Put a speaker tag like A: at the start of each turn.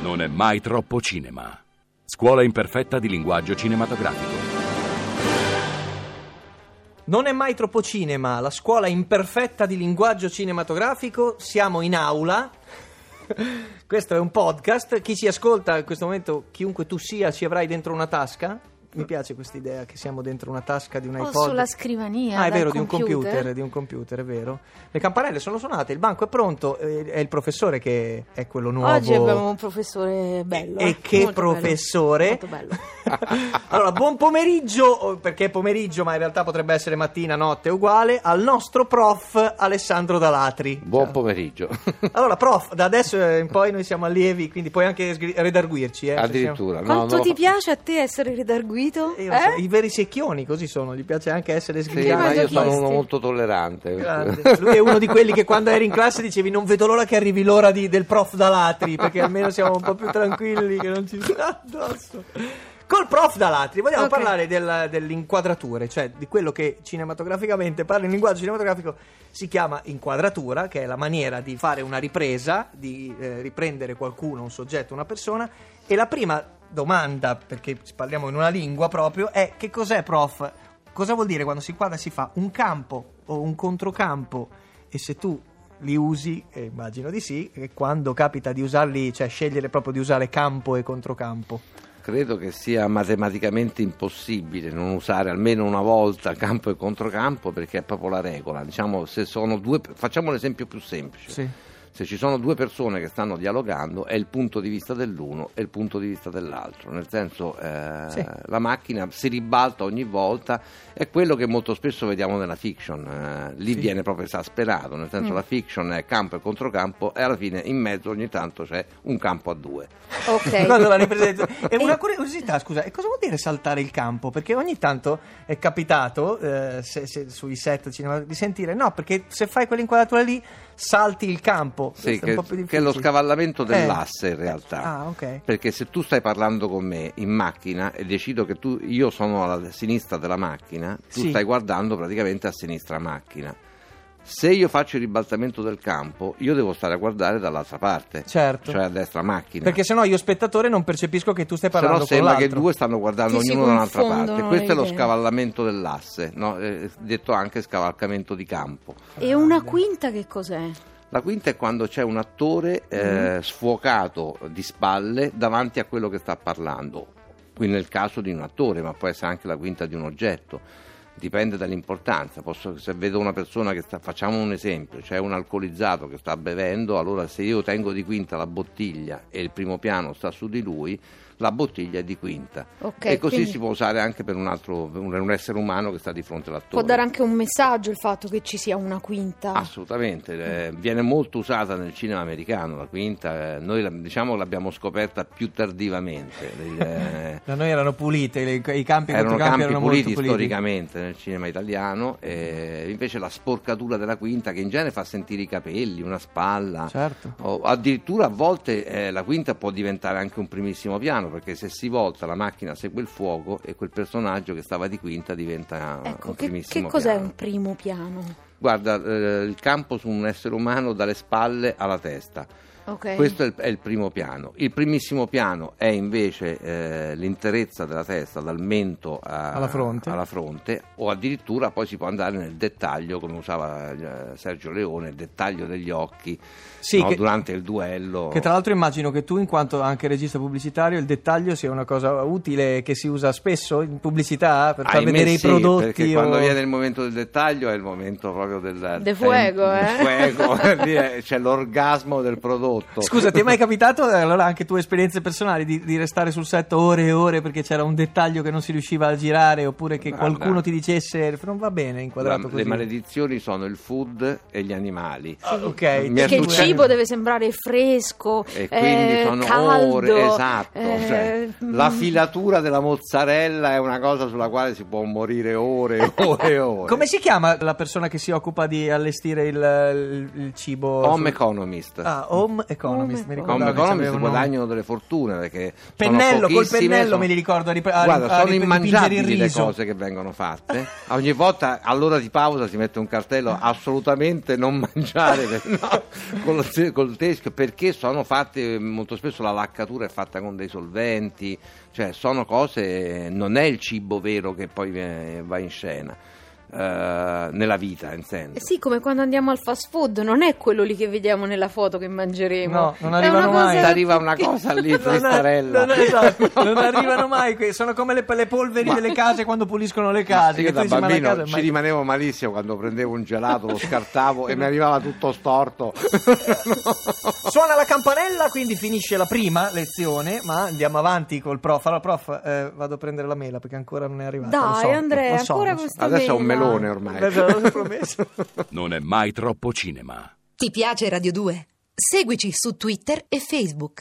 A: Non è mai troppo cinema. Scuola imperfetta di linguaggio cinematografico.
B: Non è mai troppo cinema, la scuola imperfetta di linguaggio cinematografico, siamo in aula. Questo è un podcast, chi ci ascolta in questo momento, chiunque tu sia, ci avrai dentro una tasca. Mi piace questa idea che siamo dentro una tasca di un
C: O
B: iPod.
C: Oh, sulla scrivania.
B: Ah, è
C: dal
B: vero, di un computer, di un computer, è vero. Le campanelle sono suonate, il banco è pronto, eh, è il professore che è quello nuovo.
C: Oggi abbiamo un professore bello.
B: E
C: eh,
B: che
C: molto
B: professore?
C: bello, molto bello.
B: allora, buon pomeriggio, oh, perché è pomeriggio, ma in realtà potrebbe essere mattina, notte, è uguale, al nostro prof Alessandro Dalatri.
D: Buon pomeriggio.
B: Allora, prof, da adesso in poi noi siamo allievi, quindi puoi anche sgri- redarguirci. Eh, cioè,
D: Addirittura. no,
C: Quanto
D: non lo
C: ti
D: fa-
C: piace a te essere redarguito?
B: siamo- io lo so,
C: Eh?
B: I veri secchioni così sono, gli piace anche essere
D: Sì, ma
B: sgridati.
D: io
C: masochisti.
D: sono uno molto tollerante.
B: Grande. Lui è uno di quelli che quando eri in classe dicevi non vedo l'ora che arrivi l'ora di- del prof Dalatri, perché almeno siamo un po' più tranquilli che non ci sta addosso. Col prof Dalatri vogliamo
C: Ok.
B: parlare del- delle inquadrature, cioè di quello che cinematograficamente, parla in linguaggio cinematografico, si chiama inquadratura, che è la maniera di fare una ripresa, di eh, riprendere qualcuno, un soggetto, una persona. E la prima domanda, perché parliamo in una lingua proprio, è che cos'è prof? Cosa vuol dire quando si inquadra si fa un campo o un controcampo e se tu li usi, e immagino di sì, e quando capita di usarli, cioè scegliere proprio di usare campo e controcampo.
D: Credo che sia matematicamente impossibile non usare almeno una volta campo e controcampo perché è proprio la regola. Diciamo, se sono due, facciamo l'esempio più semplice. Se ci sono due persone che stanno dialogando, è il punto di vista dell'uno e il punto di vista dell'altro. Nel senso, eh,
B: Sì.
D: la macchina si ribalta ogni volta, è quello che molto spesso vediamo nella fiction. eh, lì
B: Sì. Mm.
D: viene proprio esasperato. Nel senso, la fiction è campo e controcampo, e alla fine in mezzo ogni tanto c'è un campo a due.
B: Quando
C: Ok.
B: la ripresento- E una curiosità, scusa, e cosa vuol dire saltare il campo? Perché ogni tanto è capitato eh, se- se- sui set cinema di sentire no, perché se fai quell'inquadratura lì salti il campo.
D: Sì,
B: Questo è
D: che,
B: un po' più
D: che è lo
B: difficile.
D: scavallamento Certo.
B: Eh.
D: dell'asse in realtà.
B: Ah, ok.
D: Perché se tu stai parlando con me in macchina e decido che tu, io sono alla sinistra della macchina, tu
B: Sì.
D: stai guardando praticamente a sinistra macchina. Se io faccio il ribaltamento del campo, io devo stare a guardare dall'altra parte,
B: Certo.
D: cioè a destra macchina.
B: Perché sennò io spettatore non percepisco che tu stai
D: se
B: parlando
D: no
B: con
D: sembra che
B: l'altro.
D: due stanno guardando
C: Ti si
D: ognuno da un'altra
C: confondono
D: parte. Questo è lo
C: le idee.
D: scavallamento dell'asse, no? Eh, detto anche scavalcamento di campo.
C: E una quinta che cos'è?
D: La quinta è quando c'è un attore
C: Mm-hmm.
D: eh, sfuocato di spalle davanti a quello che sta parlando. Qui nel caso di un attore, ma può essere anche la quinta di un oggetto. Dipende dall'importanza. Posso- se vedo una persona che sta, facciamo un esempio, c'è un alcolizzato che sta bevendo, allora se io tengo di quinta la bottiglia e il primo piano sta su di lui, la bottiglia è di quinta.
C: Ok,
D: e così
C: quindi-
D: si può usare anche per un, altro, per un essere umano che sta di fronte all'attore.
C: Può dare anche un messaggio il fatto che ci sia una quinta.
D: Ah, Assolutamente, eh, viene molto usata nel cinema americano la quinta, eh, noi la- diciamo l'abbiamo scoperta più tardivamente, eh,
B: Da noi erano pulite, le- i campi
D: erano
B: controcampi
D: campi
B: erano
D: puliti
B: molto puliti.
D: storicamente nel cinema italiano, eh, invece la sporcatura della quinta che in genere fa sentire i capelli, una spalla,
B: Certo.
D: o addirittura a volte eh, la quinta può diventare anche un primissimo piano perché se si volta la macchina segue il fuoco e quel personaggio che stava di quinta diventa
C: Ecco,
D: un
C: che,
D: primissimo
C: che cos'è
D: piano.
C: un primo piano?
D: Guarda, eh, il campo su un essere umano dalle spalle alla testa.
C: Ok.
D: Questo è il, è il primo piano. Il primissimo piano è invece eh, l'interezza della testa, dal mento a-
B: Alla fronte.
D: alla fronte, o addirittura poi si può andare nel dettaglio, come usava eh, Sergio Leone, il dettaglio degli occhi
B: Sì,
D: no,
B: che-
D: durante il duello.
B: Che tra l'altro immagino che tu, in quanto anche regista pubblicitario, il dettaglio sia una cosa utile che si usa spesso in pubblicità per far
D: Ahimè
B: vedere i
D: sì,
B: prodotti.
D: perché
B: o-
D: quando viene il momento del dettaglio è il momento proprio del
C: De fuego,
D: del
C: eh.
D: fuego, lì è- c'è l'orgasmo del prodotto sotto.
B: Scusa, ti è mai capitato, eh, allora anche tue esperienze personali, di, di restare sul set ore e ore perché c'era un dettaglio che non si riusciva a girare oppure che
D: Guarda.
B: qualcuno ti dicesse non va bene è inquadrato
D: La-
B: così?
D: Ah, le maledizioni sono il food e gli animali.
B: Ah, ok.
D: Mi è
C: Perché il
D: successo-
C: cibo deve sembrare fresco,
D: E quindi
C: eh,
D: sono
C: caldo,
D: ore, esatto.
C: eh,
D: cioè,
C: mm,
D: la filatura della mozzarella è una cosa sulla quale si può morire ore e ore e ore.
B: Come si chiama la persona che si occupa di allestire il, il- il cibo?
D: Home
B: sul-
D: economist.
B: Ah, home economist, mi
C: Home
B: ricordavo.
D: Come
B: che
D: economici
B: c'aveva un nome.
D: guadagnano delle fortune perché
B: Pennello,
D: sono
B: col
D: pochissime,
B: pennello
D: sono-
B: me li ricordo a rip- a-
D: guarda
B: a
D: sono
B: rip- dipingere
D: immangiabili
B: il
D: le
B: riso.
D: cose che vengono fatte A ogni volta all'ora di pausa si mette un cartello assolutamente non mangiare per- no, col, te- col teschio perché sono fatte molto spesso la laccatura è fatta con dei solventi cioè sono cose non è il cibo vero che poi eh, va in scena eh, nella vita in senso
C: Eh
B: Eh
C: Sì, come quando andiamo al fast food, non è quello lì che vediamo nella foto che mangeremo.
B: No, non
C: È
B: arrivano
C: una cosa
B: mai.
C: che-
D: Arriva una cosa lì,
B: Non è-
D: fristarella.
B: non, è- esatto, non arrivano mai, que- sono come le, le polveri
D: Ma-
B: delle case quando puliscono le
D: Ma
B: case.
D: io
B: che
D: da
B: tu dici, "Ma la
D: bambino
B: casa è
D: ci
B: mai-"
D: rimanevo malissimo quando prendevo un gelato, lo scartavo e mi arrivava tutto storto.
B: Suona la campanella, quindi finisce la prima lezione, ma andiamo avanti col prof. Allora, prof, eh, vado a prendere la mela perché ancora non è arrivata. lo
C: Dai,
B: so,
C: Andrea,
B: lo so,
C: ancora
B: lo so.
C: con sta
D: Adesso è un
C: mela.
D: melone ormai.
B: Adesso l'ho promesso.
A: Non è mai troppo cinema.
E: Ti piace Radio 2? Seguici su Twitter e Facebook.